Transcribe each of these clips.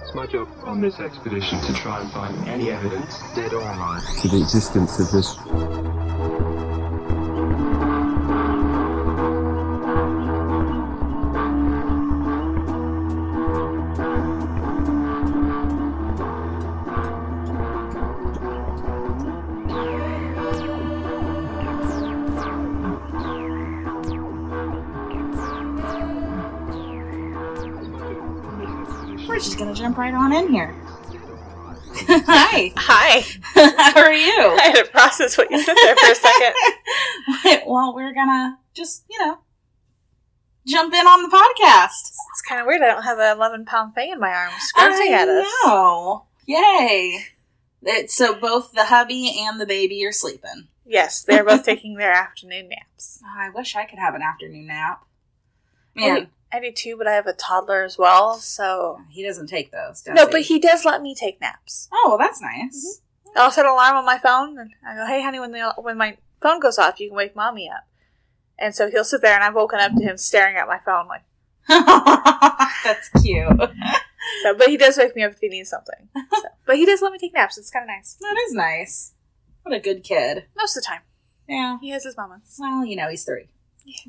It's my job on this expedition to try and find any evidence, dead or alive, to the existence of this. We're just gonna jump right on in here. Hi, Hi. how are you? I had to process what you said there for a second. well, we're gonna just you know jump in on the podcast. It's kind of weird. I don't have an 11 pound thing in my arm squirting at us. know. Yay! It, so both the hubby and the baby are sleeping. Yes, they're both taking their afternoon naps. Oh, I wish I could have an afternoon nap. Well, Man, I do too, but I have a toddler as well, so. he doesn't take those. Does No, but he does let me take naps. Oh, well, that's nice. I'll set an alarm on my phone, and I go, "Hey, honey, when the when my phone goes off, you can wake mommy up." And so he'll sit there, and I've woken up to him staring at my phone, like. that's cute. So, but he does wake me up if he needs something. So, but he does let me take naps. It's kind of nice That is nice. What a good kid. most of the time. Yeah. He has his moments. Well, you know, he's three.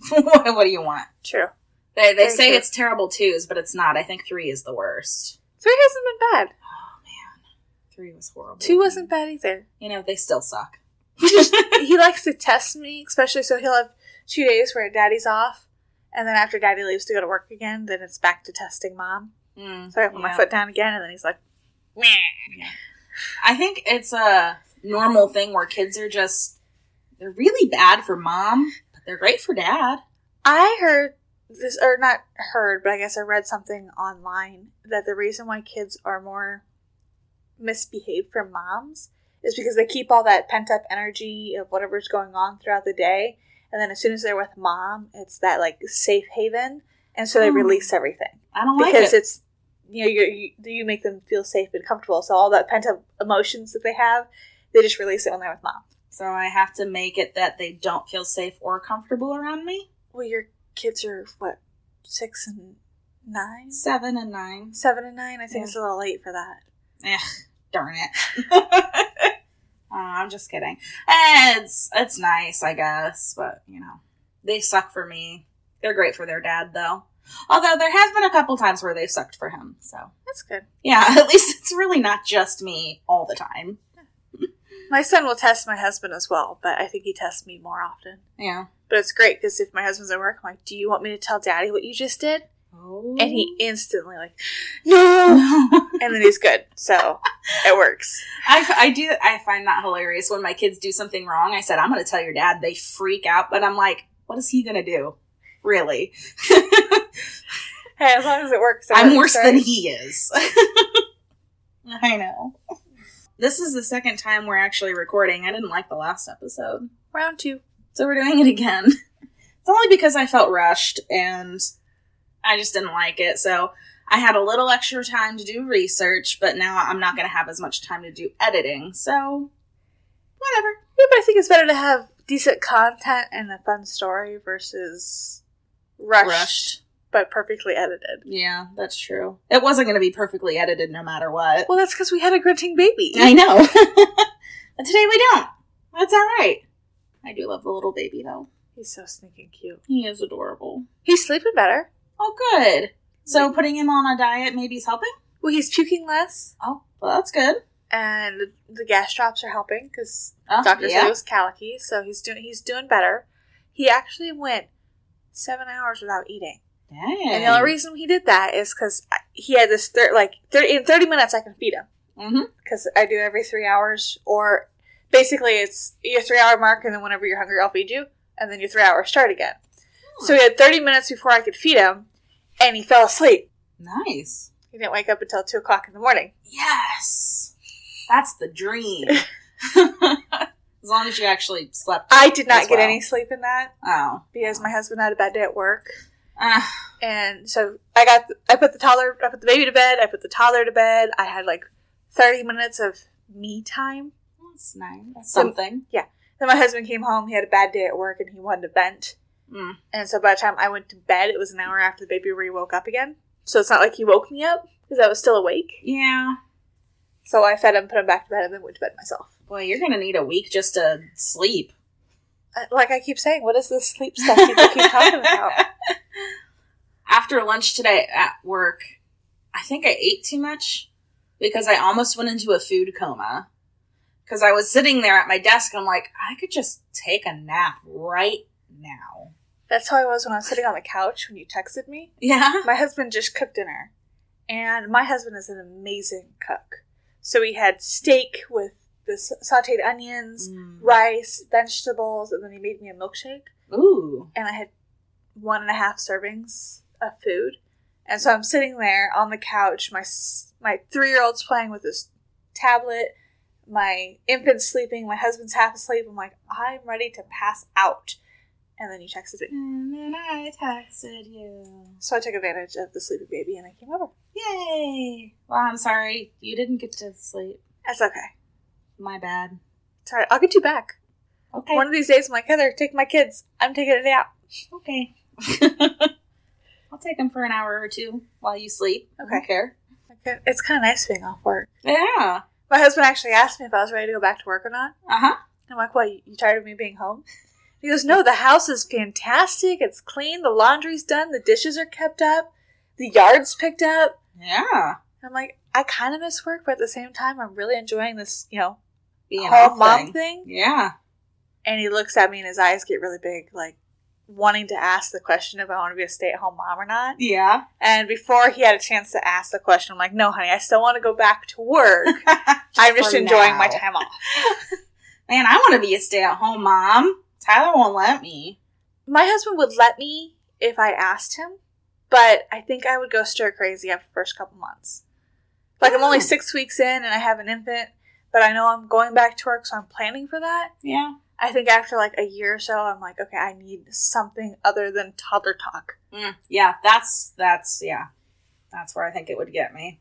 what, what do you want? True. They, they Very say true. it's terrible twos, but it's not. I think three is the worst. So he hasn't been bad. Three was horrible. Two wasn't bad either. You know, they still suck. he likes to test me, especially so he'll have two days where daddy's off, and then after daddy leaves to go to work again, then it's back to testing mom. Mm, So I put my yeah. foot down again, and then he's like, Meh. I think it's a normal thing where kids are just they're really bad for mom, but they're great for dad. I heard this, or not heard, but I guess I read something online that the reason why kids are more misbehaved from moms is because they keep all that pent up energy of whatever's going on throughout the day. And then as soon as they're with mom, it's that like safe haven. And so they Hmm. release everything I don't like because it. it's, you know, you're, you, you make them feel safe and comfortable. So all that pent up emotions that they have, they just release it when they're with mom. so I have to make it that they don't feel safe or comfortable around me. Well, your kids are what, six and nine? Seven and nine. Seven and nine. I think Yeah. it's a little late for that. Eh, darn it. Oh, I'm just kidding. Eh, It's it's nice, I guess, but you know, they suck for me. They're great for their dad, though. Although there has been a couple times where they've sucked for him. So That's good. yeah, at least it's really not just me all the time. My son will test my husband as well, but I think he tests me more often. Yeah. But it's great because if my husband's at work, I'm like, "Do you want me to tell Daddy what you just did?" Oh. And he instantly like, Mm-hmm. "No!" and then he's good. So it works. I, I do. I find that hilarious when my kids do something wrong. I said, "I'm going to tell your dad." They freak out, but I'm like, "What is he going to do?" Really, Hey, as long as it works, it I'm works, worse right? than he is. I know. This is the second time we're actually recording. I didn't like the last episode, Round two. so we're doing it again. It's only because I felt rushed and I just didn't like it. So I had a little extra time to do research, but now I'm not going to have as much time to do editing. So whatever. Yeah, but I think it's better to have decent content and a fun story versus rushed, but perfectly edited. Yeah, that's true. It wasn't going to be perfectly edited no matter what. Well, that's because we had a grunting baby. I know. but today we don't. That's all right. I do love the little baby though. He's so sneaking cute. He is adorable. He's sleeping better. Oh, good. So putting him on a diet maybe is helping. Well, he's puking less. Oh, well, that's good. and the gas drops are helping because Oh, doctor said yeah. it was calicky, so he's doing he's doing better. He actually went seven hours without eating, Dang. and the only reason he did that is because he had this thir- like thirty in thirty minutes I can feed him Mhm. because I do every three hours or basically it's your three hour mark, and then whenever you're hungry, I'll feed you, and then your three hours start again. So he had thirty minutes before I could feed him, and he fell asleep. Nice. He didn't wake up until two o'clock in the morning. Yes, that's the dream. as long as you actually slept. I did not As get well. any sleep in that. Oh. because my husband had a bad day at work, Uh, and so I got I put the toddler, I put the baby to bed, I put the toddler to bed. I had like thirty minutes of me time. that's nice. That's So- something. Then my husband came home. He had a bad day at work, and he wanted to vent. Mm. And so by the time I went to bed, it was an hour after the baby re woke up again. So it's not like he woke me up because I was still awake. Yeah. So I fed him, put him back to bed, and then went to bed myself. Well, you're gonna need a week just to sleep. Uh, Like I keep saying, what is this sleep stuff people keep talking about? After lunch today at work, I think I ate too much because I almost went into a food coma. Because I was sitting there at my desk, I'm like, I could just take a nap right now. That's how I was when I was sitting on the couch when you texted me. Yeah. My husband just cooked dinner, and my husband is an amazing cook. So we had steak with the s- sautéed onions, Mm. rice, vegetables, and then he made me a milkshake. Ooh. And I had one and a half servings of food, and so I'm sitting there on the couch. My s- my three year old's playing with his tablet. My infant's sleeping. My husband's half asleep. I'm like, I'm ready to pass out. And then you texted me. And then I texted you. So I took advantage of the sleepy baby and I came over. Yay! Well, I'm sorry you didn't get to sleep. That's okay. My bad. Sorry, I'll get you back. Okay. One of these days, I'm like, Heather, take my kids. I'm taking a nap. Okay. I'll take him for an hour or two while you sleep. I don't Okay. care. Okay. It's kind of nice being off work. Yeah. My husband actually asked me if I was ready to go back to work or not. Uh huh. I'm like, what, you tired of me being home? He goes, no, the house is fantastic. It's clean. The laundry's done. The dishes are kept up. The yard's picked up. Yeah. I'm like, I kind of miss work, but at the same time, I'm really enjoying this, you know, Being home off mom thing. thing. Yeah. And he looks at me and his eyes get really big, like wanting to ask the question if I want to be a stay at home mom or not. Yeah. And before he had a chance to ask the question, I'm like, no, honey, I still want to go back to work. I'm just for enjoying my now. time off. Man, I want to be a stay at home mom. Tyler won't let me. My husband would let me if I asked him, but I think I would go stir crazy after the first couple months. Like, I'm only Oh. six weeks in and I have an infant, but I know I'm going back to work, so I'm planning for that. Yeah. I think after like a year or so, I'm like, okay, I need something other than toddler talk. Mm, yeah. That's, that's, yeah. That's where I think it would get me.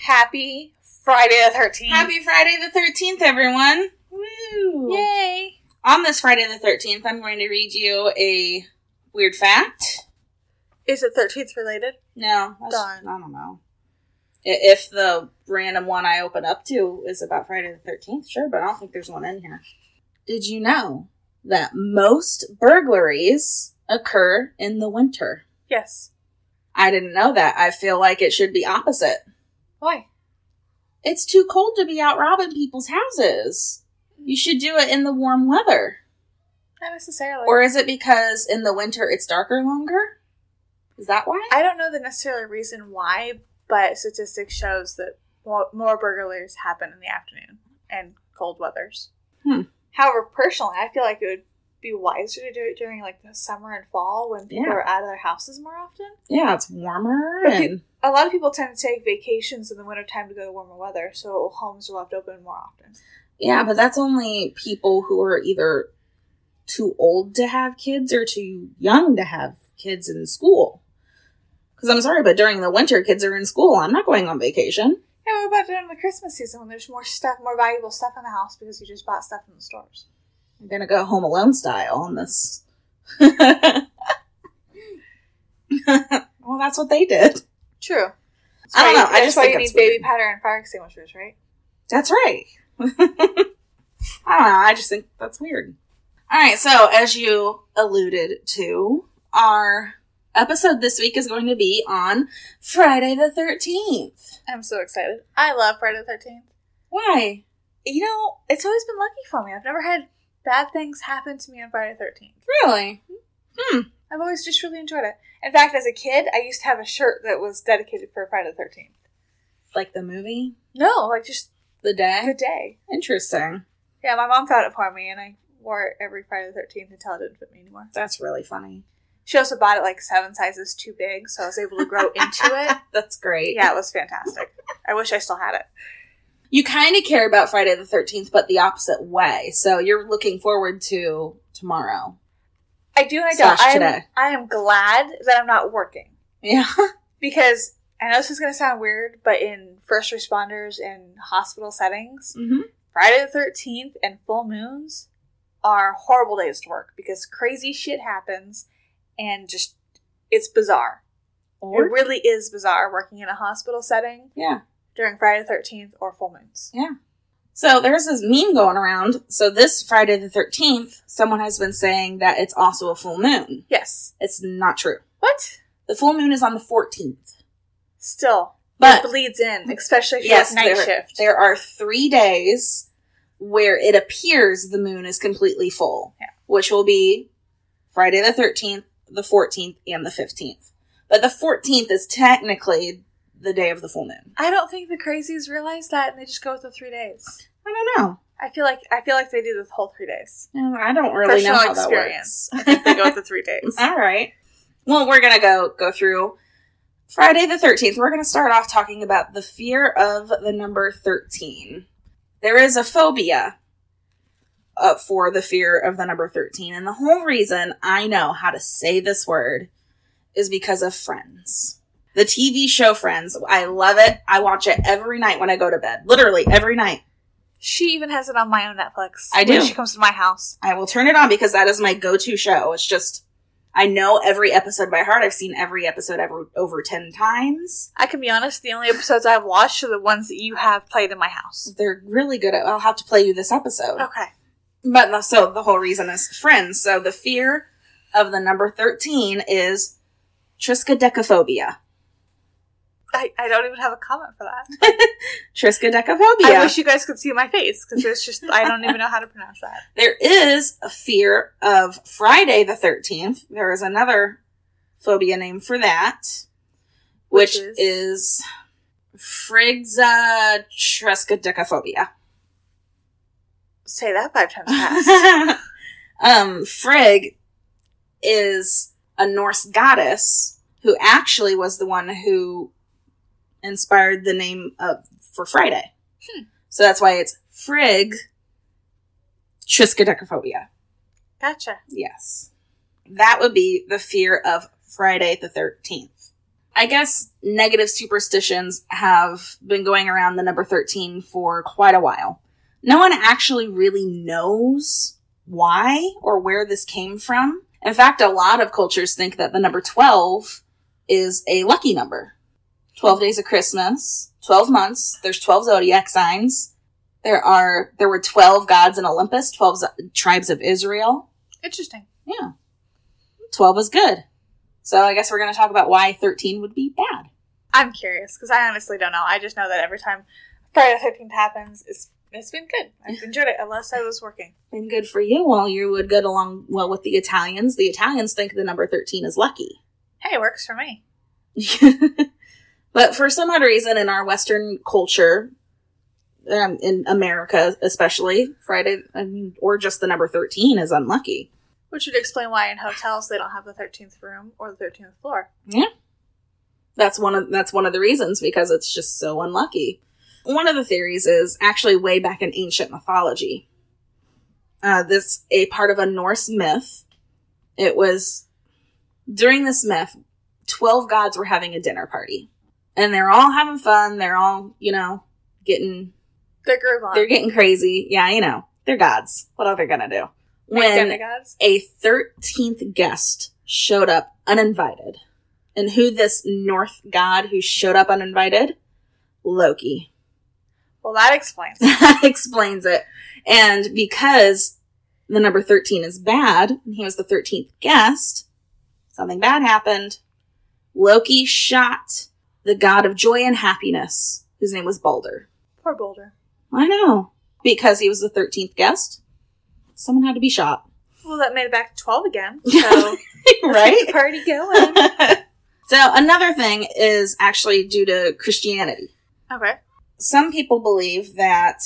Happy Friday the 13th. Happy Friday the 13th, everyone. Woo. Yay! On this Friday the 13th, I'm going to read you a weird fact. Is it 13th related? No, that's, Darn. I don't know. I- If the random one I open up to is about Friday the 13th, sure, but I don't think there's one in here. Did you know that most burglaries occur in the winter? Yes. I didn't know that. I feel like it should be opposite. Why? It's too cold to be out robbing people's houses. You should do it in the warm weather. Not necessarily. Or is it because in the winter it's darker longer? Is that why? I don't know the necessarily reason why, but statistics shows that more, more burglaries happen in the afternoon and cold weathers. Hmm. However, personally, I feel like it would be wiser to do it during like the summer and fall when people Yeah. are out of their houses more often. Yeah, it's warmer Okay. and A lot of people tend to take vacations in the wintertime to go to warmer weather, so homes are left open more often. yeah, but that's only people who are either too old to have kids or too young to have kids in school. Because I'm sorry, but during the winter, kids are in school. I'm not going on vacation. And what about during the Christmas season when there's more stuff, more valuable stuff in the house because you just bought stuff from the stores? I'm gonna go home alone style on this. well, that's what they did. True. I don't know, I That's just why think you it's need baby weird. powder and fire extinguishers, right? That's right. I don't know. I just think that's weird. All right. So, as you alluded to, our episode this week is going to be on Friday the 13th. I'm so excited. I love Friday the 13th. Why? You know, it's always been lucky for me. I've never had bad things happen to me on Friday the 13th. Really? I've always just really enjoyed it. In fact, as a kid, I used to have a shirt that was dedicated for Friday the 13th. Like the movie? No, like just The the day? day. Interesting. Yeah, my mom found it for me and I wore it every Friday the 13th until it didn't fit me anymore. That's really funny. She also bought it like seven sizes too big, so I was able to grow into it. That's great. Yeah, it was fantastic. I wish I still had it. You kind of care about Friday the 13th, but the opposite way. So, you're looking forward to tomorrow. I do and I don't. Slash I am, today. I am glad that I'm not working. Yeah. because I know this is going to sound weird, but in first responders and hospital settings, Mm-hmm. Friday the 13th and full moons are horrible days to work because crazy shit happens and just it's bizarre. It really is bizarre working in a hospital setting yeah. during Friday the 13th or full moons. So there's this meme going around. So this Friday the 13th, someone has been saying that it's also a full moon. Yes. It's not true. What? The full moon is on the 14th. Still, But it bleeds in, especially if you Yes, have night there- shift. there are three days where it appears the moon is completely full, Yeah. which will be Friday the 13th, the 14th, and the 15th. But the 14th is technically the day of the full moon. I don't think the crazies realize that, and they just go with the three days. I don't know. I feel like I feel like they do the whole three days. No, I don't really know Personal how experience. that works. I think they go with the three days. All right. Well, we're gonna go go through Friday the thirteenth. We're gonna start off talking about the fear of the number thirteen. There is a phobia uh, for the fear of the number thirteen, and the whole reason I know how to say this word is because of Friends. The TV show Friends. I love it. I watch it every night when I go to bed. Literally every night. She even has it on my own Netflix. I do. When she comes to my house. I will turn it on because that is my go-to show. It's just I know every episode by heart. I've seen every episode ever over 10 times. I can be honest, the only episodes I've watched are the ones that you have played in my house. They're really good at I'll have to play you this episode. Okay. But the, so the whole reason is friends. So the fear of the number 13 is triskaidekaphobia. I, I don't even have a comment for that. Triskaidekaphobia. I wish you guys could see my face because it's just I don't even know how to pronounce that. there is a fear of Friday the 13th. There is another phobia name for that, which, Which is, Frigzatreskaidekaphobia. Say that five times fast. um, Frigg is a Norse goddess who actually was the one who inspired the name of for Friday. So that's why it's Frigg Triskaidekaphobia. gotcha. Yes. That would be the fear of Friday the 13th. I guess negative superstitions have been going around the number 13 for quite a while. No one actually really knows why or where this came from. In fact, a lot of cultures think that the number 12 is a lucky number. 12 days of Christmas, 12 months, there's 12 zodiac signs. There are there were 12 gods in Olympus, 12 z- tribes of Israel. Interesting. 12 is good. So I guess we're going to talk about why 13 would be bad. I'm curious because I honestly don't know. I just know that every time Friday the Thirteenth happens, it's it's been good. I've enjoyed it unless I was working. And good for you. Well, you would get along well with the Italians. The Italians think the number 13 is lucky. Hey, it works for me. but for some odd reason, in our Western culture, um, in America especially, Friday, I mean, or just the number 13 is unlucky. Which would explain why in hotels they don't have the thirteenth room or the thirteenth floor. that's one of that's one of the reasons because it's just so unlucky. One of the theories is actually way back in ancient mythology. Uh, this a part of a Norse myth. It was during this myth, twelve gods were having a dinner party, and they're all having fun. They're all you know getting They're groove on. they're getting crazy. Yeah, you know they're gods. What are they gonna do? Like When demigods. a 13th guest showed up uninvited. And who this North god who showed up uninvited? Loki. Well, that explains. it. that explains it. And because the number 13 is bad, and he was the 13th guest, something bad happened. Loki shot the god of joy and happiness, whose name was Balder. Poor Boulder. I know. Because he was the 13th guest, someone had to be shot. Well, that made it back to twelve again. So right? keep the party going. so another thing is actually due to Christianity. Okay. Some people believe that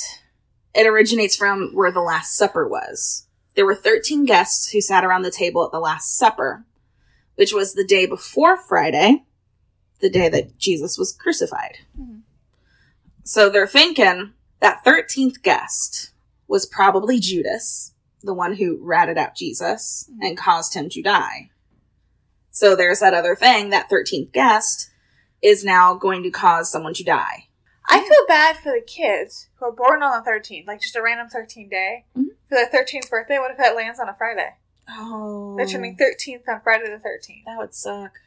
it originates from where the Last Supper was. There were 13 guests who sat around the table at the Last Supper, which was the day before Friday, the day that Jesus was crucified. Mhm. So they're thinking that 13th guest was probably Judas, the one who ratted out Jesus Mhm. and caused him to die. So there's that other thing that 13th guest is now going to cause someone to die. I feel bad for the kids who are born on the 13th, like just a random 13th day. Mhm. For their 13th birthday, what if that lands on a Friday? Oh. They're turning 13th on Friday the 13th. That would suck.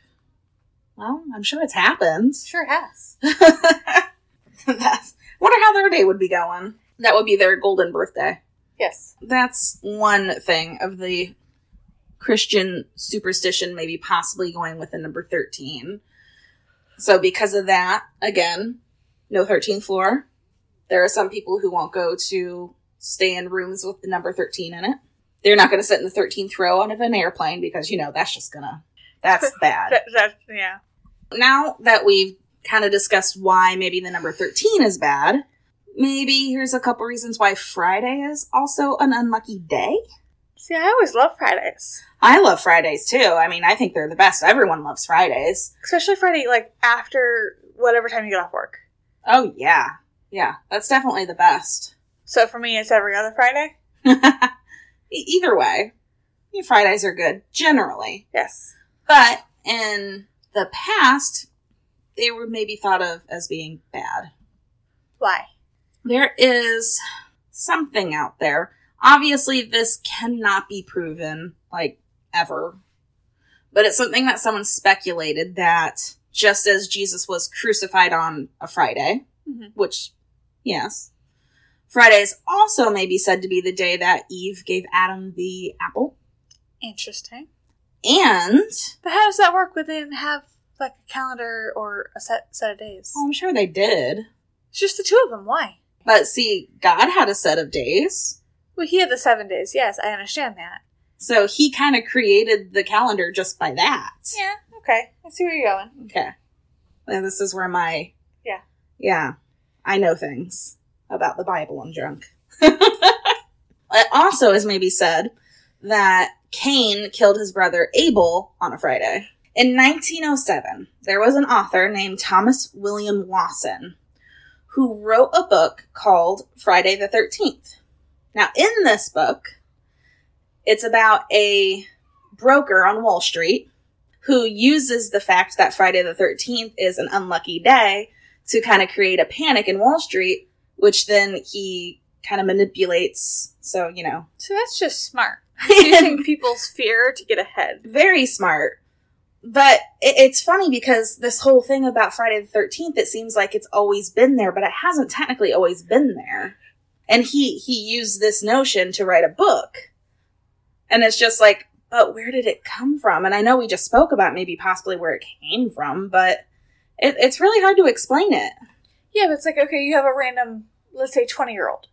Well, I'm sure it's happened. Sure has. That's, wonder how their day would be going. That would be their golden birthday. Yes. That's one thing of the Christian superstition, maybe possibly going with the number 13. So, because of that, again, no 13th floor. There are some people who won't go to stay in rooms with the number 13 in it. They're not going to sit in the 13th row out of an airplane because, you know, that's just going to, that's bad That, that, yeah. now that we've kind of discussed why maybe the number 13 is bad, maybe here's a couple reasons why Friday is also an unlucky day. See, I always love Fridays, I love Fridays too. I mean, I think they're the best. Everyone loves Fridays. especially Friday, like after whatever time you get off work. Oh, yeah. Yeah, that's definitely the best. So for me, it's every other Friday. E- Either way, Fridays are good generally. Yes. But in the past, they were maybe thought of as being bad. Why? there is something out there. Obviously, this cannot be proven, like, ever. But it's something that someone speculated that just as Jesus was crucified on a Friday, Mhm. which, yes, Friday is also maybe said to be the day that Eve gave Adam the apple. Interesting. And, But how does that work? Would they didn't have like a calendar or a set set of days? well, oh, I'm sure they did. It's just the two of them. Why? But see, God had a set of days. Well, he had the seven days. Yes, I understand that. So he kind of created the calendar just by that. Yeah. Okay. I see where you're going. Okay. And this is where my Yeah. yeah, I know things about the Bible. I'm drunk. it also is maybe said that Cain killed his brother Abel on a Friday. In 1907, there was an author named Thomas William Lawson who wrote a book called Friday the 13th. Now, in this book, it's about a broker on Wall Street who uses the fact that Friday the 13th is an unlucky day to kind of create a panic in Wall Street, which then he kind of manipulates. So, you know, So that's just smart. Using people's fear to get ahead. very smart. But it, it's funny because this whole thing about Friday the 13th, it seems like it's always been there, but it hasn't technically always been there. And he, he used this notion to write a book. And it's just like, but where did it come from? And I know we just spoke about maybe possibly where it came from, but it, it's really hard to explain it. Yeah, but it's like okay, you have a random, let's say, twenty year old.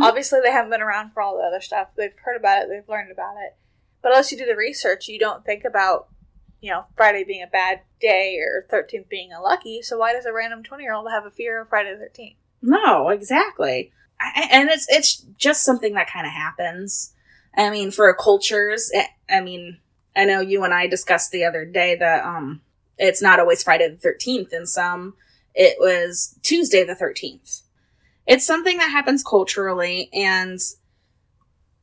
Obviously, they haven't been around for all the other stuff. They've heard about it. They've learned about it. But unless you do the research, you don't think about, you know, Friday being a bad day or thirteenth being unlucky. So why does a random twenty year old have a fear of Friday the thirteenth? No, exactly. I, I- and it's it's just something that kind of happens. I mean, for cultures, I, I mean, I know you and I discussed the other day that um, it's not always Friday the thirteenth. In some, it was Tuesday the thirteenth. It's something that happens culturally, and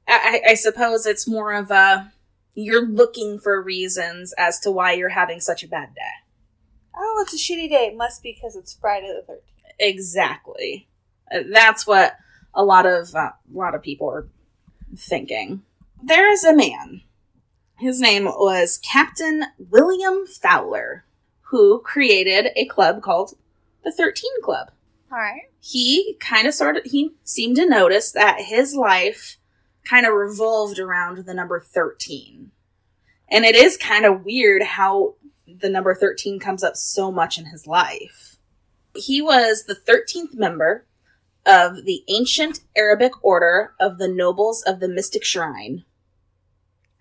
I, I I suppose it's more of a you're looking for reasons as to why you're having such a bad day. Oh, it's a shitty day. It must be because it's Friday the thirteenth. Exactly. Uh, That's what a lot of uh, a lot of people are thinking. There is a man. His name was Captain William Fowler, who created a club called the 13 Club. All right. He kind of sort of he seemed to notice that his life kind of revolved around the number 13. And it is kind of weird how the number 13 comes up so much in his life. He was the 13th member of the ancient Arabic order of the nobles of the Mystic Shrine.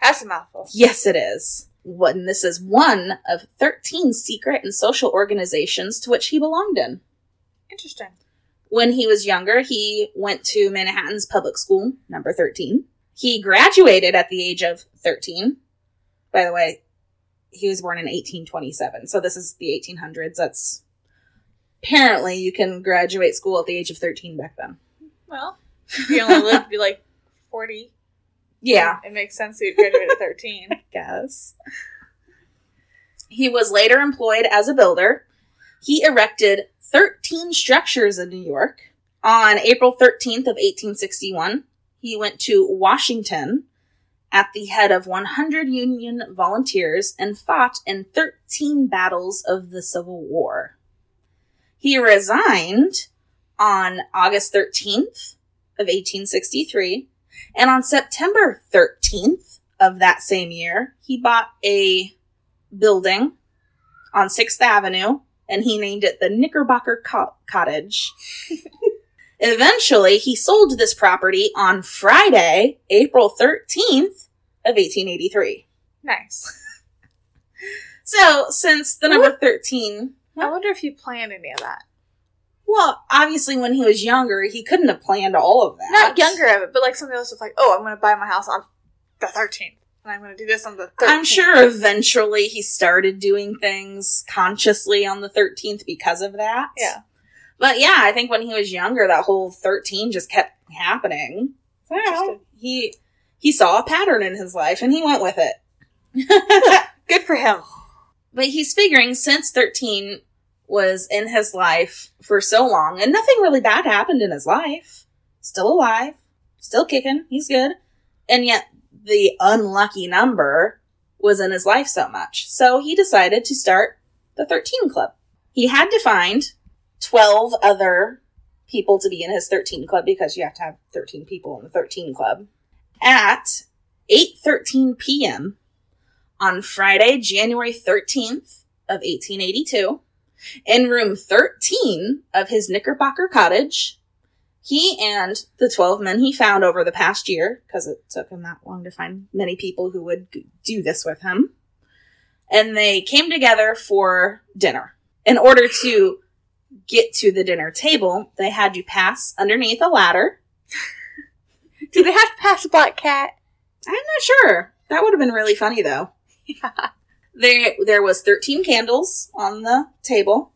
That's a mouthful. Yes, it is. One, this is one of 13 secret and social organizations to which he belonged in. Interesting. When he was younger, he went to Manhattan's public school, number 13. He graduated at the age of 13. By the way, he was born in 1827. So this is the 1800s. That's apparently you can graduate school at the age of 13 back then. Well, if you only lived to be like forty. Yeah. it makes sense that you graduated at thirteen. Guess. He was later employed as a builder. He erected 13 structures in New York. On April 13th of 1861, he went to Washington at the head of 100 Union volunteers and fought in 13 battles of the Civil War. He resigned on August 13th of 1863, and on September 13th of that same year, he bought a building on 6th Avenue and he named it the Knickerbocker Co- Cottage. Eventually, he sold this property on Friday, April 13th of 1883. Nice. So, since the number 13, I wonder if you planned any of that. well, obviously when he was younger, he couldn't have planned all of that. Not younger of it, but like somebody else was like, oh, I'm going to buy my house on the 13th, and I'm going to do this on the 13th. I'm sure eventually he started doing things consciously on the 13th because of that. Yeah. But yeah, I think when he was younger, that whole 13 just kept happening. So Interesting. he he saw a pattern in his life and he went with it. Good for him. but he's figuring since 13 was in his life for so long and nothing really bad happened in his life still alive still kicking he's good and yet the unlucky number was in his life so much so he decided to start the 13 club he had to find 12 other people to be in his 13 club because you have to have 13 people in the 13 club at 8:13 p.m on Friday, January 13th of 1882, in room 13 of his Knickerbocker cottage, he and the 12 men he found over the past year, because it took him that long to find many people who would g- do this with him, and they came together for dinner. In order to get to the dinner table, they had to pass underneath a ladder. Do they have to pass a black cat? I'm not sure. That would have been really funny though. There there was 13 candles on the table.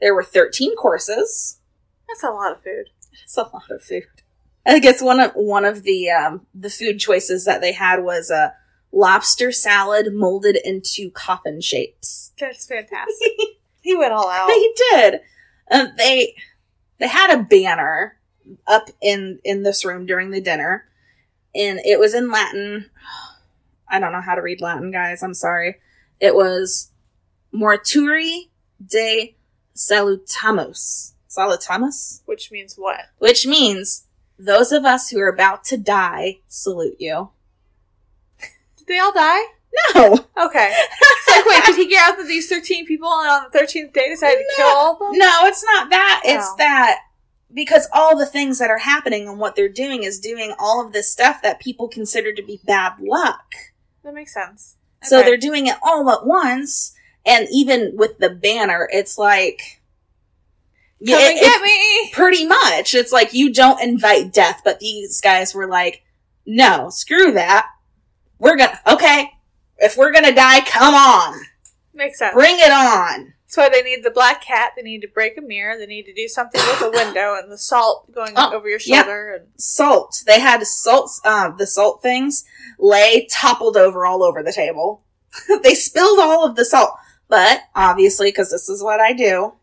There were 13 courses. That's a lot of food. That's a lot of food. I guess one of one of the um, the food choices that they had was a lobster salad molded into coffin shapes. That's fantastic. he went all out. They did. Um, they they had a banner up in in this room during the dinner, and it was in Latin. I don't know how to read Latin, guys. I'm sorry. It was Morturi de Salutamus. Salutamus, Which means what? which means those of us who are about to die salute you. Did they all die? Oh. No, Okay. It's like, wait, did he get out that these 13 people and on the 13th day decided to kill all of them? No, it's not that. It's Oh. that because all the things that are happening and what they're doing is doing all of this stuff that people consider to be bad luck. That makes sense. So Okay. they're doing it all at once. And even with the banner, it's like, yeah, Come it- and it's get me! pretty much. It's like you don't invite death, but these guys were like, no, screw that. We're gonna, okay, if we're gonna die, come on, Makes sense. bring it on. That's why they need the black cat. They need to break a mirror. They need to do something with a window and the salt going Oh, over your yeah. shoulder. And salt. They had salt, uh, the salt things lay toppled over all over the table. they spilled all of the salt, but obviously, because this is what I do,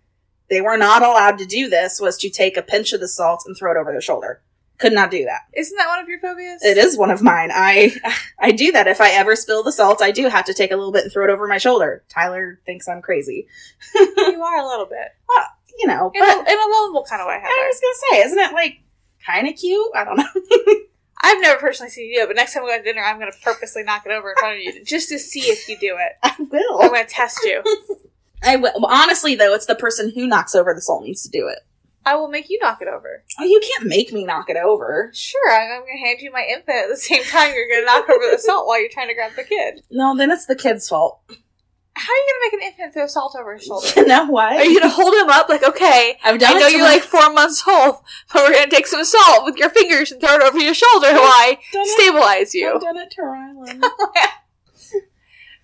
they were not allowed to do this. Was to take a pinch of the salt and throw it over their shoulder. Could not do that. isn't that one of your phobias? It is one of mine. I I do that if I ever spill the salt. I do have to take a little bit and throw it over my shoulder. Tyler thinks I'm crazy. you are a little bit You know, in, but a, in a lovable kind of way. I Heather. was gonna say, isn't it like kind of cute? I don't know. I've never personally seen you do it, but next time we go to dinner, I'm going to purposely knock it over in front of you just to see if you do it. I will. I'm going to test you. I w- well, honestly though, it's the person who knocks over the salt needs to do it. I will make you knock it over. Oh, you can't make me knock it over. Sure, I'm, I'm going to hand you my infant at the same time. You're going to knock over the salt while you're trying to grab the kid. No, then it's the kid's fault. How are you going to make an infant throw salt over his shoulder? You know what? Are you going to hold him up like, okay, I've I done know it. to you're my- like four months old, but we're gonna take some salt with your fingers and throw it over your shoulder while I done it- stabilize I've you. done it to Rylan.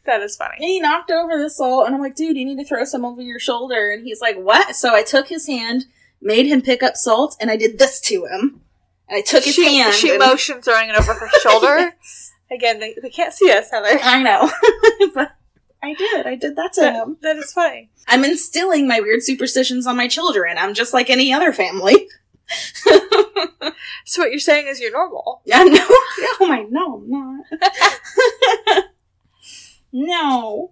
That is funny. he knocked over the salt, and I'm like, dude, you need to throw some over your shoulder. And he's like, what? So I took his hand, made him pick up salt, and I did this to him. And I took his She, hand. she and- motioned throwing it over her shoulder. Again, they, they can't see us, Heather. I know, but I did. I did that to That, him. that is funny. I'm instilling my weird superstitions on my children. I'm just like any other family. So what you're saying is you're normal. Yeah, no. No, Oh my no, I'm not. no.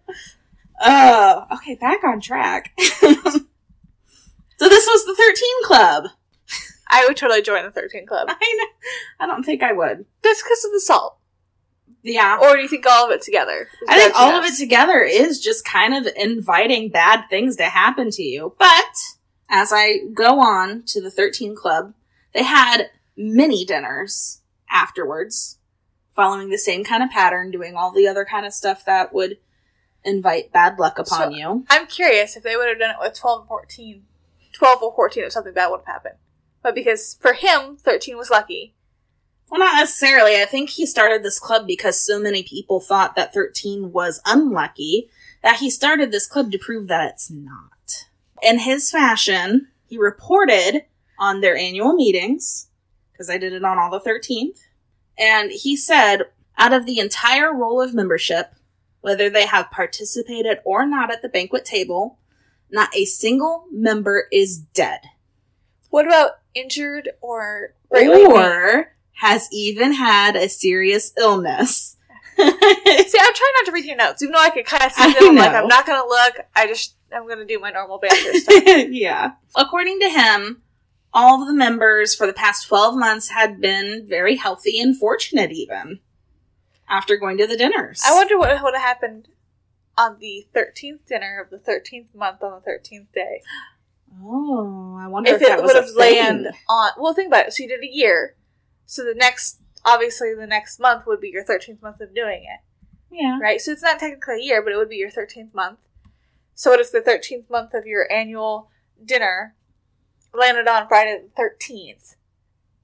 Uh okay, back on track. so this was the 13 club. I would totally join the 13 club. I know. I don't think I would. That's because of the salt. Yeah. Or do you think all of it together? is I think bad all of it enough? together is just kind of inviting bad things to happen to you. But as I go on to the 13 Club, they had mini dinners afterwards, following the same kind of pattern, doing all the other kind of stuff that would invite bad luck upon So- you. I'm curious if they would have done it with 12 and 14. 12 or 14 if something bad would have happened. But because for him, 13 was lucky. Well, not necessarily. I think he started this club because so many people thought that 13 was unlucky that he started this club to prove that it's not. In his fashion, he reported on their annual meetings, because I did it on all the 13th, and he said out of the entire roll of membership, whether they have participated or not at the banquet table, not a single member is dead What about injured or greatly maimed? or has even had a serious illness. See, I'm trying not to read your notes, even though I could kind of I see them. I'm like, know. I'm not gonna look. I just, I'm gonna do my normal banter stuff. yeah. According to him, all of the members for the past 12 months had been very healthy and fortunate, even after going to the dinners. I wonder what would have happened on the 13th dinner of the 13th month on the 13th day. oh, I wonder If if, that it was would a have thing. landed on, well, think about it. So you did a year. So the next, obviously, the next month would be your 13th month of doing it, Yeah. right? So it's not technically a year, but it would be your 13th month. So what if the 13th month of your annual dinner landed on Friday the 13th?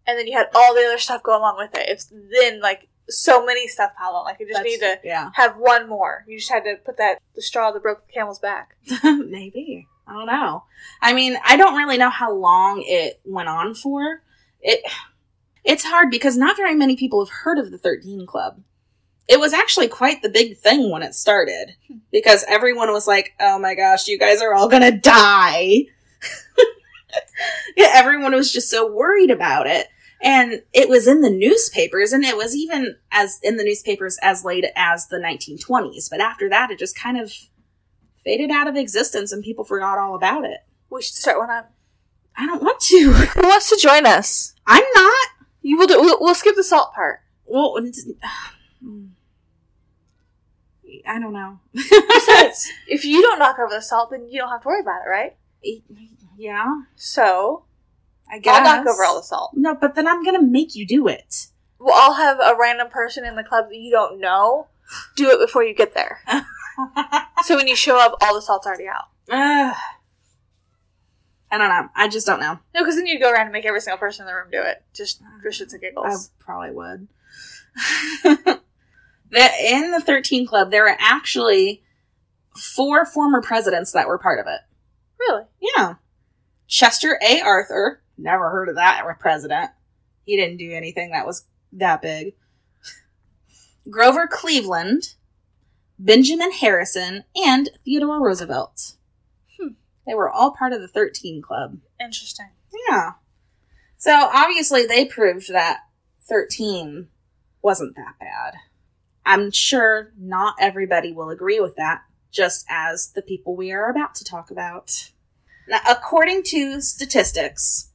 And then you had all the other stuff go along with it. It's then like so many stuff follow. Like you just need to Yeah. have one more. You just had to put that the straw that broke the camel's back. Maybe. I don't know. I mean, I don't really know how long it went on for. It it's hard because not very many people have heard of the 13 club. It was actually quite the big thing when it started because everyone was like, "Oh my gosh, you guys are all going to die." yeah, everyone was just so worried about it. And it was in the newspapers and it was even as in the newspapers as late as the 1920s, but after that it just kind of faded out of existence and people forgot all about it. We should start one up. I don't want to. Who wants to join us? I'm not. You will do. We'll, we'll skip the salt part. Well, it's- I don't know. Besides, if you don't knock over the salt, then you don't have to worry about it, right? yeah, So I guess. I'll knock over all the salt. No, but then I'm gonna make you do it. Well, I'll have a random person in the club that you don't know do it before you get there. so when you show up, all the salt's already out. Ugh. I don't know. I just don't know. No, because then you'd go around and make every single person in the room do it, just for shits and I giggles. probably would. the, in the 13 Club, there were actually four former presidents that were part of it. really? Yeah. Chester A. Arthur. Never heard of that president. He didn't do anything that was that big. Grover Cleveland, Benjamin Harrison, and Theodore Roosevelt. Hmm. They were all part of the 13 Club. Interesting. Yeah. So obviously they proved that 13 wasn't that bad. I'm sure not everybody will agree with that, just as the people we are about to talk about. Now, according to statistics,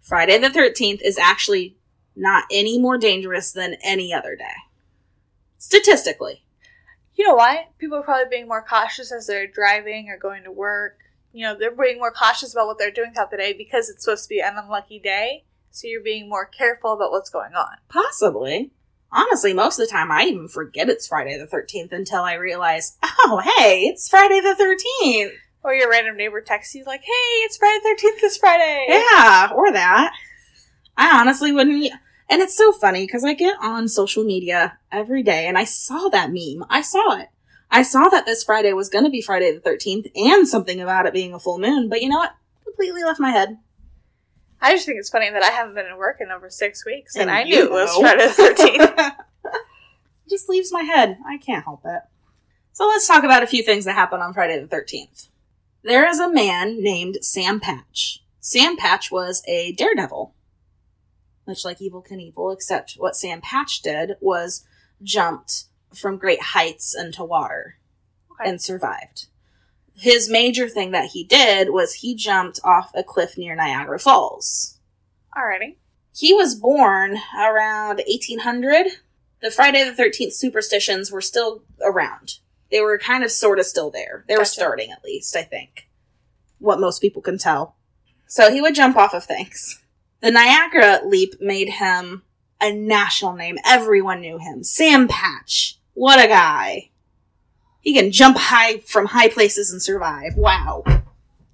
Friday the 13th is actually not any more dangerous than any other day. Statistically. You know why? People are probably being more cautious as they're driving or going to work. You know, they're being more cautious about what they're doing throughout the day because it's supposed to be an unlucky day. So you're being more careful about what's going on. Possibly. Honestly, most of the time I even forget it's Friday the 13th until I realize, oh, hey, it's Friday the 13th. Or your random neighbor texts you like, "Hey, it's Friday thirteenth this Friday." Yeah, or that. I honestly wouldn't. e- And it's so funny because I get on social media every day and I saw that meme. I saw it. I saw that this Friday was going to be Friday the 13th and something about it being a full moon, but you know what? Completely left my head. I just think it's funny that I haven't been in work in over six weeks, And and, I you knew it was know. Friday the thirteenth. It just leaves my head. I can't help it. So let's talk about a few things that happened on Friday the 13th. There is a man named Sam Patch. Sam Patch was a daredevil, much like Evil Knievel, except what Sam Patch did was jumped from great heights into water Okay. and survived. His major thing that he did was he jumped off a cliff near Niagara Falls. Alrighty. He was born around 1800. The Friday the 13th superstitions were still around. They were kind of sort of still there. They were Gotcha. starting, at least, I think. What most people can tell. So he would jump off of things. The Niagara leap made him a national name. Everyone knew him. Sam Patch. What a guy. He can jump high from high places and survive. Wow.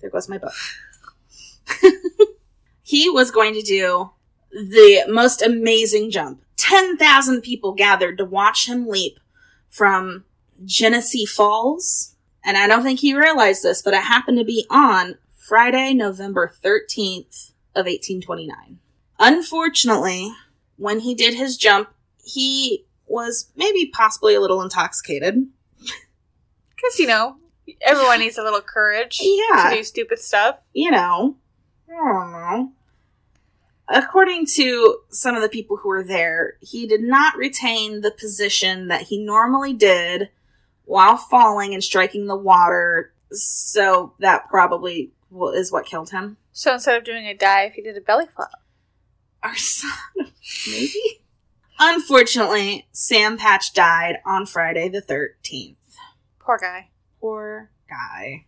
There goes my book. he was going to do the most amazing jump. 10,000 people gathered to watch him leap from Genesee Falls. And I don't think he realized this, but it happened to be on Friday, November 13th of 1829. Unfortunately, when he did his jump, he was maybe possibly a little intoxicated. Because, you know, everyone needs a little courage Yeah. to do stupid stuff. you know, I don't know. According to some of the people who were there, he did not retain the position that he normally did while falling and striking the water, so that probably wa- is what killed him. So instead of doing a dive, he did a belly flop. Or so- maybe? Unfortunately, Sam Patch died on Friday the 13th. Poor guy. Poor guy.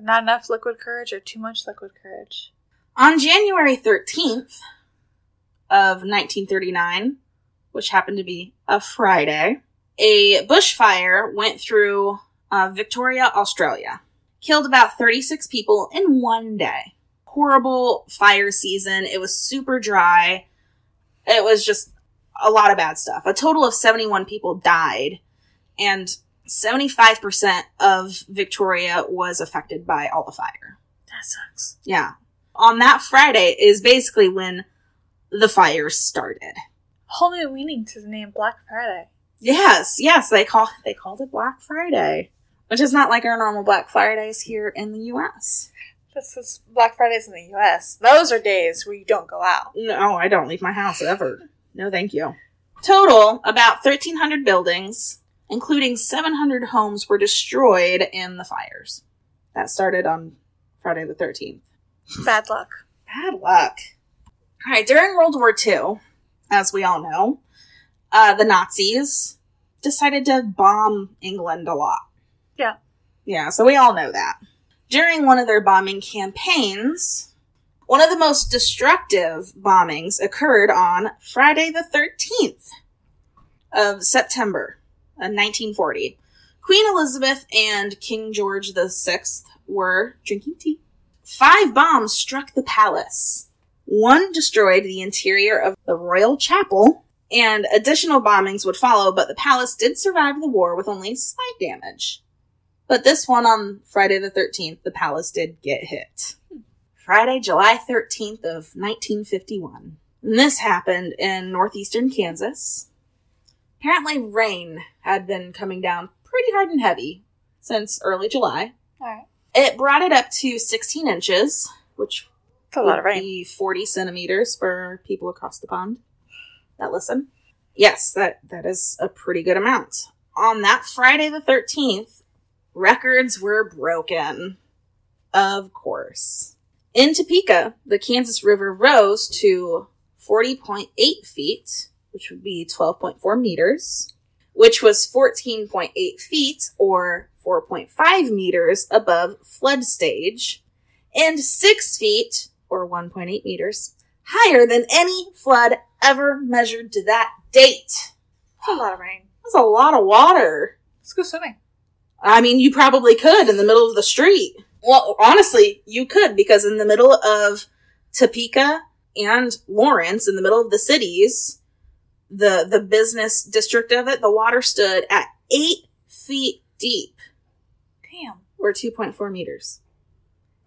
Not enough liquid courage or too much liquid courage. On January 13th of 1939, which happened to be a Friday, a bushfire went through uh, Victoria, Australia. Killed about 36 people in one day. Horrible fire season. It was super dry. It was just a lot of bad stuff. A total of 71 people died, and 75% of Victoria was affected by all the fire. That sucks. Yeah. On that Friday is basically when the fires started. Whole new meaning to the name Black Friday. Yes, yes, they call they called it Black Friday, which is not like our normal Black Fridays here in the U.S. This is Black Fridays in the U.S. Those are days where you don't go out. No, I don't leave my house ever. No, thank you. Total, about 1,300 buildings, including 700 homes, were destroyed in the fires. That started on Friday the 13th. Bad luck. Bad luck. All right, during World War II, as we all know, uh, the Nazis decided to bomb England a lot. Yeah. Yeah, so we all know that. During one of their bombing campaigns, one of the most destructive bombings occurred on Friday the 13th of September of 1940. Queen Elizabeth and King George VI were drinking tea. Five bombs struck the palace. One destroyed the interior of the royal chapel, and additional bombings would follow, but the palace did survive the war with only slight damage. But this one on Friday the 13th, the palace did get hit. Friday, July 13th of 1951. And this happened in northeastern Kansas. Apparently, rain had been coming down pretty hard and heavy since early July. All right. It brought it up to 16 inches, which It's a lot of would rain. be 40 centimeters for people across the pond that listen. Yes, that, that is a pretty good amount. On that Friday the 13th, records were broken. Of course. In Topeka, the Kansas River rose to 40.8 feet, which would be 12.4 meters, which was 14.8 feet or 4.5 meters above flood stage, and 6 feet or 1.8 meters higher than any flood ever measured to that date. It's a lot of rain. That's a lot of water. Let's go swimming. I mean, you probably could in the middle of the street. Well, honestly, you could because in the middle of Topeka and Lawrence, in the middle of the cities, the the business district of it, the water stood at eight feet deep Damn. or two point four meters.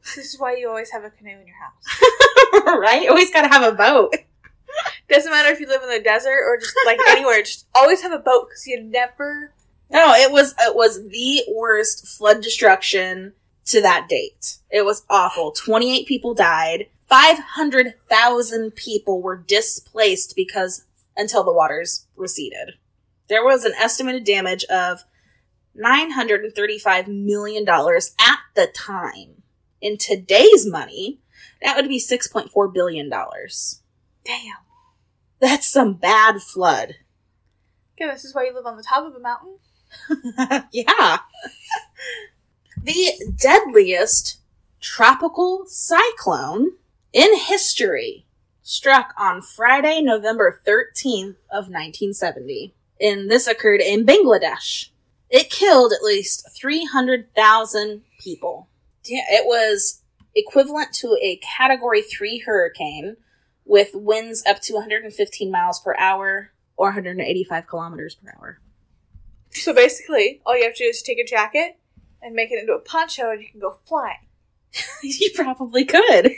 This is why you always have a canoe in your house. right? Always got to have a boat. Doesn't matter if you live in the desert or just like anywhere. Just always have a boat because you never. No, it was it was the worst flood destruction to that date. It was awful. 28 people died, 500,000 people were displaced because until the waters receded. There was an estimated damage of $935 million at the time. In today's money, that would be $6.4 billion. Damn. That's some bad flood. Okay, this is why you live on the top of a mountain. yeah. the deadliest tropical cyclone in history struck on Friday, November 13th of 1970. And this occurred in Bangladesh. It killed at least 300,000 people. Yeah, It was equivalent to a category 3 hurricane with winds up to 115 miles per hour or 185 kilometers per hour. So basically, all you have to do is take a jacket and make it into a poncho, and you can go flying. you probably could. uh,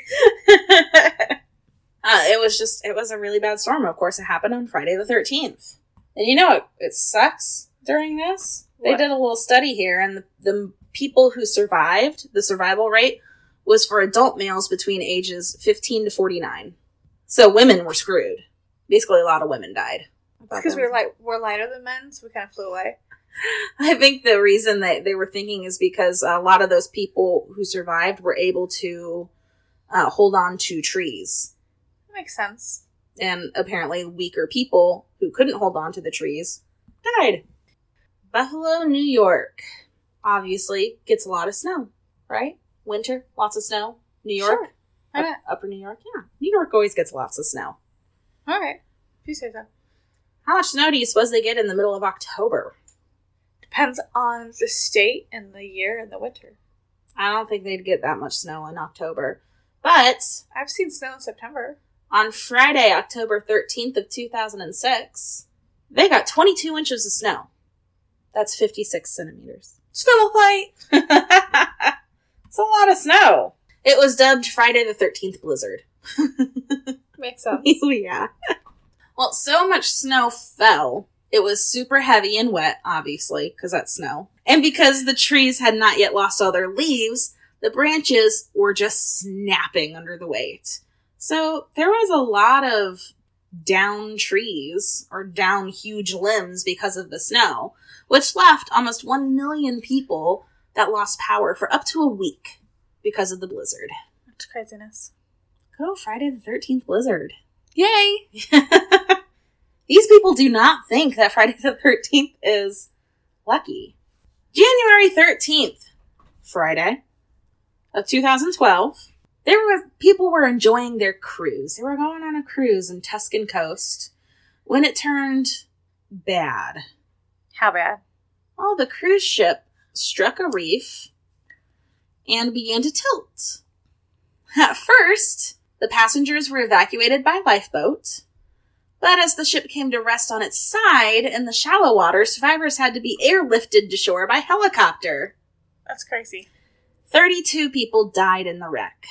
it was just, it was a really bad storm. Of course, it happened on Friday the 13th. And you know, it, it sucks during this. They What? did a little study here, and the, the people who survived, the survival rate was for adult males between ages 15 to 49. So women were screwed. Basically, a lot of women died. Because we're light, we're lighter than men, so we kind of flew away. I think the reason that they were thinking is because a lot of those people who survived were able to uh, hold on to trees. That makes sense. And apparently, weaker people who couldn't hold on to the trees died. Buffalo, New York, obviously gets a lot of snow, right? Winter, lots of snow. New York, Sure. Why up- not? upper New York, yeah. New York always gets lots of snow. All right. If you say so. How much snow do you suppose they get in the middle of October? Depends on the state and the year and the winter. I don't think they'd get that much snow in October. But I've seen snow in September. On Friday, October 13th of 2006, they got 22 inches of snow. That's 56 centimeters. Snowball fight. it's a lot of snow. It was dubbed Friday the 13th blizzard. Makes sense. yeah. Well, so much snow fell. It was super heavy and wet, obviously, because that's snow. And because the trees had not yet lost all their leaves, the branches were just snapping under the weight. So there was a lot of down trees or down huge limbs because of the snow, which left almost 1 million people that lost power for up to a week because of the blizzard. That's craziness. Good old Friday the 13th blizzard. Yay! These people do not think that Friday the 13th is lucky. January 13th, Friday of 2012, there were people were enjoying their cruise. They were going on a cruise in Tuscan coast when it turned bad. How bad? Oh, the cruise ship struck a reef and began to tilt. At first, the passengers were evacuated by lifeboat, but as the ship came to rest on its side in the shallow water, survivors had to be airlifted to shore by helicopter. That's crazy. 32 people died in the wreck.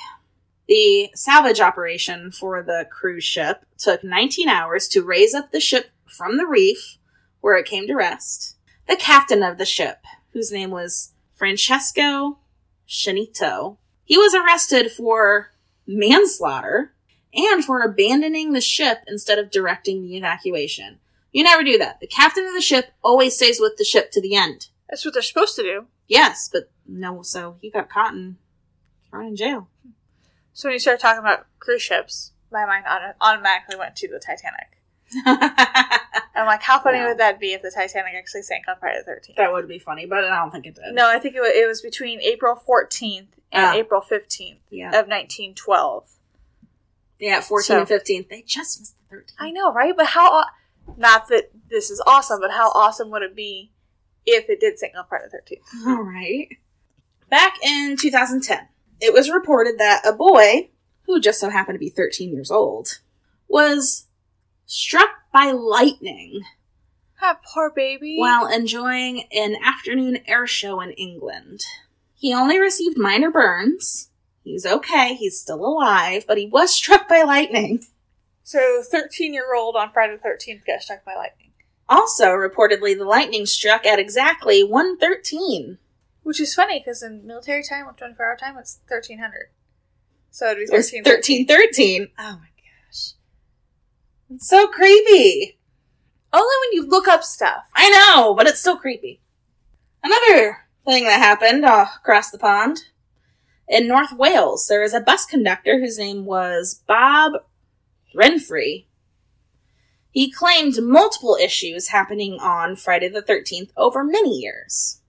The salvage operation for the cruise ship took 19 hours to raise up the ship from the reef where it came to rest. The captain of the ship, whose name was Francesco Shinito, he was arrested for manslaughter and for abandoning the ship instead of directing the evacuation. You never do that. The captain of the ship always stays with the ship to the end. That's what they're supposed to do. Yes, but no. So he got caught and thrown in jail. So when you started talking about cruise ships, my mind auto- automatically went to the Titanic. that I'm like, how funny Wow. would that be if the Titanic actually sank on Friday the 13th? would be funny, but I don't think it did. No, I think it was, it was between April 14th and Ah. April 15th Yeah. of 1912. Yeah. Fourteen and fifteen. They just missed the thirteen. I know, right? But how, aw- not that this is awesome, but how awesome would it be if it did sink on Friday the 13th? All right. Back in 2010, it was reported that a boy, who just so happened to be 13 years old, was struck by lightning That poor baby. while enjoying an afternoon air show in England. He only received minor burns. He's okay, he's still alive, but he was struck by lightning. So 13 year old on Friday the 13th got struck by lightning, Also, reportedly, the lightning struck at exactly 113. which is funny because in military time, with 24 hour time, it's 1300. So it'd be It was 13. 1313. Oh my gosh. It's so creepy. Only when you look up stuff. I know, but it's still creepy. Another thing that happened uh, across the pond in North Wales, there was a bus conductor whose name was Bob Renfrey. He claimed multiple issues happening on Friday the 13th over many years,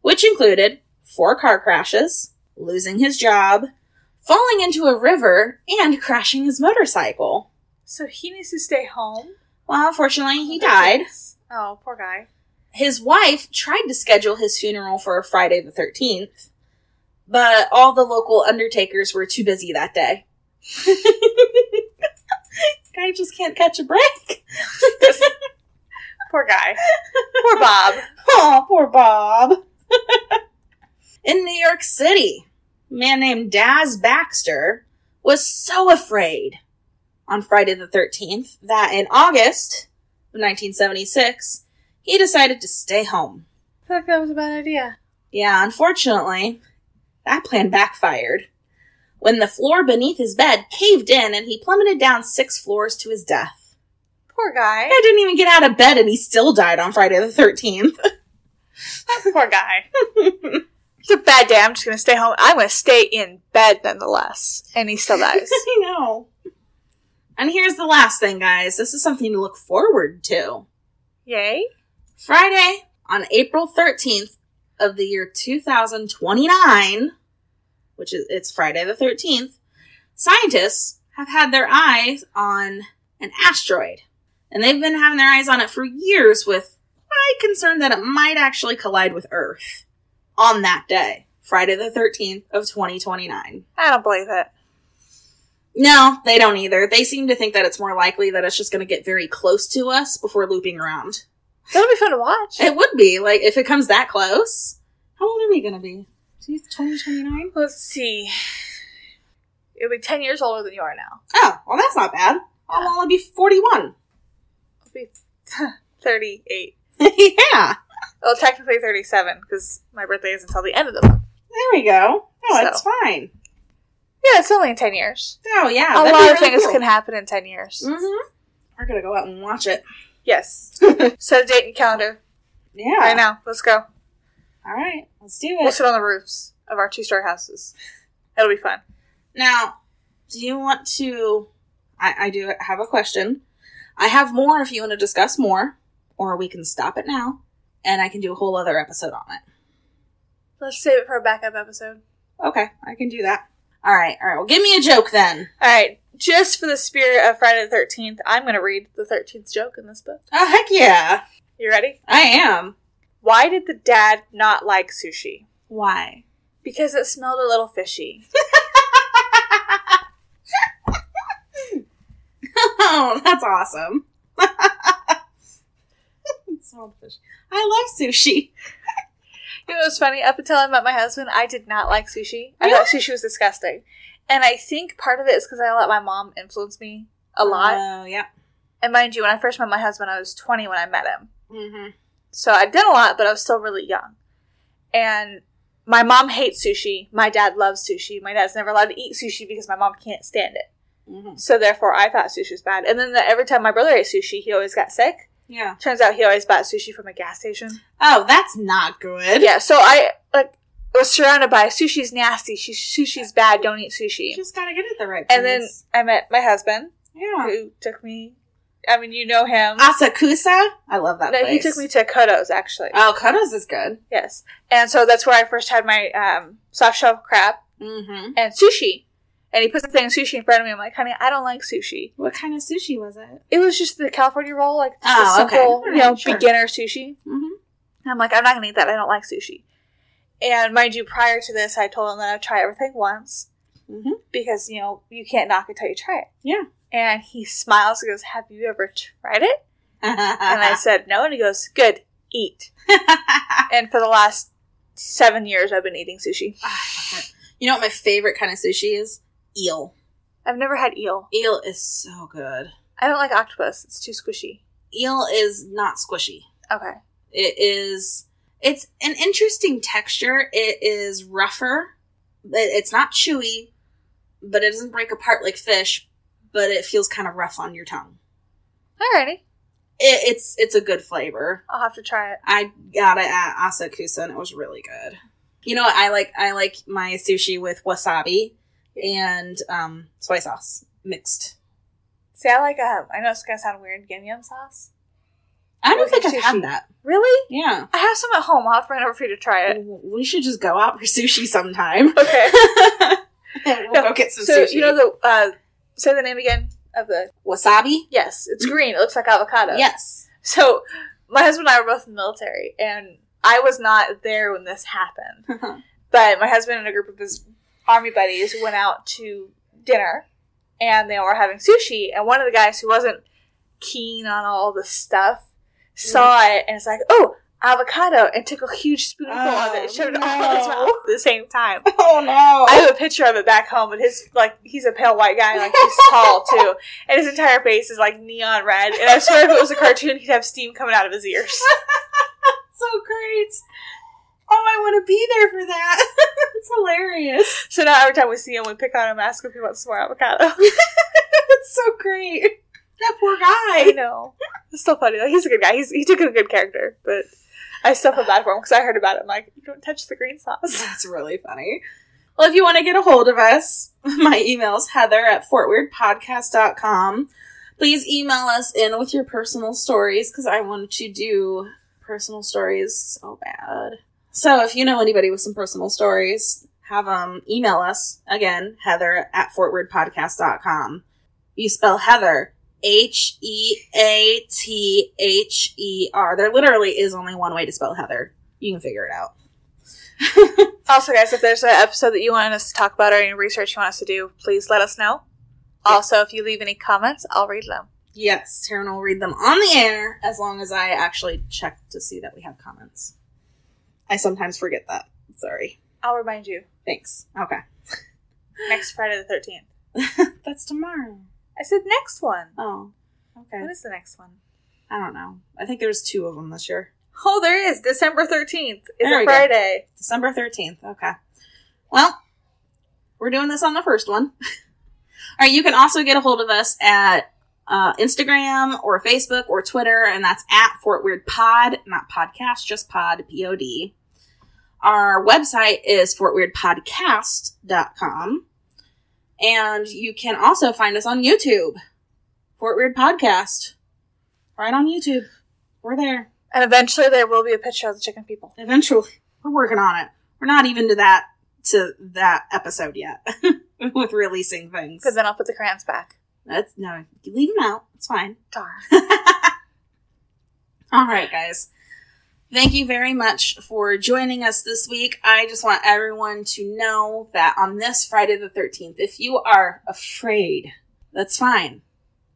which included four car crashes, losing his job, falling into a river, and crashing his motorcycle. So he needs to stay home. Well, unfortunately, he died. Oh, poor guy. His wife tried to schedule his funeral for Friday the 13th, but all the local undertakers were too busy that day. Guy just can't catch a break. Poor guy. poor Bob. Oh, poor Bob. In New York City, a man named Daz Baxter was so afraid on Friday the 13th that in August of 1976, he decided to stay home. I feel like that was a bad idea. Yeah, unfortunately, that plan backfired when the floor beneath his bed caved in and he plummeted down six floors to his death. Poor guy. I didn't even get out of bed and he still died on Friday the 13th. poor guy. it's a bad day. I'm just going to stay home. I'm going to stay in bed nonetheless. And he still dies. I know. And here's the last thing, guys. This is something to look forward to. Yay. Friday, on April 13th of the year 2029, which is it's Friday the 13th, scientists have had their eyes on an asteroid. And they've been having their eyes on it for years with high concern that it might actually collide with Earth on that day, Friday the 13th of 2029. I don't believe it. No, they don't either. They seem to think that it's more likely that it's just going to get very close to us before looping around. That'll be fun to watch. It would be like if it comes that close. How old are we gonna be? Twenty twenty nine. Let's see. It'll be 10 years older than you are now. Oh, well, that's not bad. I'll only be forty one. It'll be 38. yeah, Well, technically 37, because my birthday is until the end of the month. there we go. No, So. it's fine. Yeah, it's only in 10 years. Oh yeah, a lot of things can happen in 10 years. Mm-hmm. We're gonna go out and watch it. Yes. Set a date and calendar Yeah. right now. Let's go. All right, let's do We'll it. sit on the roofs of our two story houses. It'll be fun. Now, do you want to? I, I do have a question. I have more if you want to discuss more, or we can stop it now, and I can do a whole other episode on it. Let's save it for a backup episode. Okay, I can do that. All right, all right. Well, give me a joke then. All right. Just for the spirit of Friday the 13th, I'm going to read the 13th joke in this book. Oh heck yeah, You ready? I am. Why did the dad not like sushi? Why? Because it smelled a little fishy. oh, that's awesome. Saltfish. I love sushi. You know what's funny? Up until I met my husband, I did not like sushi. I thought sushi was disgusting. And I think part of it is because I let my mom influence me a lot. Oh yeah. and mind you, when I first met my husband, I was 20 when I met him. Mm-hmm. So I'd done a lot, but I was still really young. And my mom hates sushi. My dad loves sushi. My dad's never allowed to eat sushi because my mom can't stand it. Mm-hmm. So therefore, I thought sushi was bad. And then the, every time my brother ate sushi, he always got sick. Yeah. Turns out he always bought sushi from a gas station. Oh, that's not good. Yeah, so I like was surrounded by sushi's nasty, she, sushi's bad, don't eat You sushi. just gotta get it the right place. And then I met my husband, yeah. who took me. I mean, you know him. Asakusa. I love that no, place. he took me to Kodo's actually. Oh, Kodos is good. Yes, and so that's where I first had my um, soft shell crab Mm-hmm. and sushi. And he puts the thing of sushi in front of me. I'm like, honey, I don't like sushi. What kind of sushi was it? It was just the California roll, like just Oh, a okay. simple, you know, Alright, sure. beginner sushi. Mm-hmm. And I'm like, I'm not gonna eat that. I don't like sushi. And mind you, prior to this, I told him that I'd try everything once. Mm-hmm. because you know you can't knock it till you try it. Yeah. And he smiles and goes, "Have you ever tried it?" And Uh-huh. I said, "No." And he goes, "Good, eat." Ah. And for the last seven years, I've been eating sushi. you know what my favorite kind of sushi is? Eel. I've never had eel. Eel is so good. I don't like octopus; it's too squishy. Eel is not squishy. Okay. It is. It's an interesting texture. It is rougher. It- It's not chewy, but it doesn't break apart like fish, but it feels kind of rough on your tongue. Alrighty. It, it's it's a good flavor. I'll have to try it. I got it at Asakusa and it was really good. You know what I like? I like my sushi with wasabi and um, soy sauce mixed. See, I like um, I know it's gonna sound weird, yum yum sauce. I don't Okay, think I've sushi. had that. Really? Yeah, I have some at home. I'll have to run over for you to Uh, try it. we should just go out for sushi sometime. Okay. we'll No, go get some so sushi. you know the uh, say the name again of the wasabi? yes, it's Mm-hmm. green. It looks like avocado. Yes. So my husband and I were both in the military, and I was not there when this happened. But my husband and a group of his army buddies went out to dinner and they were having sushi. And one of the guys who wasn't keen on all the stuff saw Mm-hmm. it and it's like, oh, avocado, and took a huge spoonful of it and shoved it all in his Oh, mouth no. at the same time. oh no! I have a picture of it back home, but his like he's a pale white guy, like he's tall too, and his entire face is like neon red. And I swear, if it was a cartoon, he'd have steam coming out of his ears. so great. Oh, I want to be there for that. it's hilarious. So now every time we see him, we pick on him, ask if he wants some more avocado. That's so great. That poor I guy. know. It's still funny. Like, he's a good guy. He's, he took a good character, but I still feel bad for him because I heard about it. I'm like, you don't touch the green sauce. That's really funny. Well, if you want to get a hold of us, my email is heather at fortweirdpodcast.com. Please email us in with your personal stories because I wanted to do personal stories so bad. So if you know anybody with some personal stories, have them email us again, heather at fortweirdpodcast.com. You spell Heather H E A T H E R. There literally is only one way to spell Heather. You can figure it out. Also, guys, if there's an episode that you want us to talk about or any research you want us to do, please let us know. Also, if you leave any comments, I'll read them. Yes, Taryn will read them on the air as long as I actually check to see that we have comments. I sometimes forget that. Sorry. I'll remind you Thanks. Okay. next Friday the 13th. That's tomorrow. I said next one. Oh, okay. What is the next one? I don't know. I think there's two of them this year. Oh, there is December 13th. It's There a we go. Friday. December 13th. Okay. Well, we're doing this on the first one. All right, you can also get a hold of us at uh, Instagram or Facebook or Twitter, and that's at Fort Weird Pod, not podcast, just pod, P O D. Our website is fortweirdpodcast.com. And you can also find us on YouTube, Fort Weird Podcast, right on YouTube. We're there. And eventually there will be a picture of the chicken people. Eventually, we're working on it. We're not even to that to that episode yet with releasing things. Because then I'll put the crayons back. That's no, you leave them out. It's fine. Darn. All right, guys. Thank you very much for joining us this week. I just want everyone to know that on this Friday the 13th, if you are afraid, that's fine.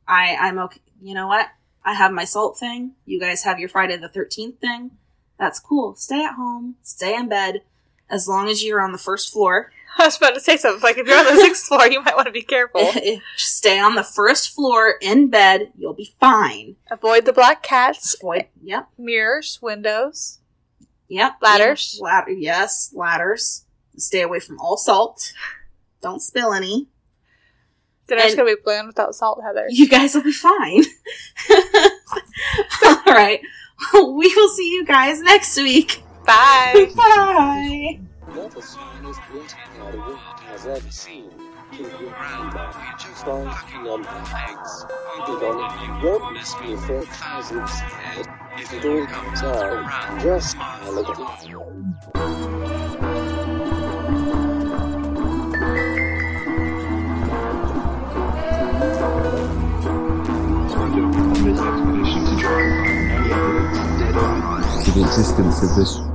I I'm okay. You know what? I have my salt thing. You guys have your Friday the 13th thing. That's cool. Stay at home, stay in bed as long as you're on the first floor. I was about to say something. Like, if you're on the sixth floor, you might want to be careful. Just stay on the first floor in bed. You'll be fine. Avoid the black cats, Boy, yep. mirrors, windows. Yep. Ladders. Yeah, ladder. Yes, ladders. Stay away from all salt. Don't spill any. Dinner's And- going to be bland without salt, Heather. You guys will be fine. all right. We will see you guys next week. Bye. Bye. What the finest wind the world has ever seen. Can you round up start knocking on the flags? I did on it, you won't miss me for thousands. And if it all comes out, just smile at me. Undertook on this expedition to try and find any evidence, dead or alive, the existence of this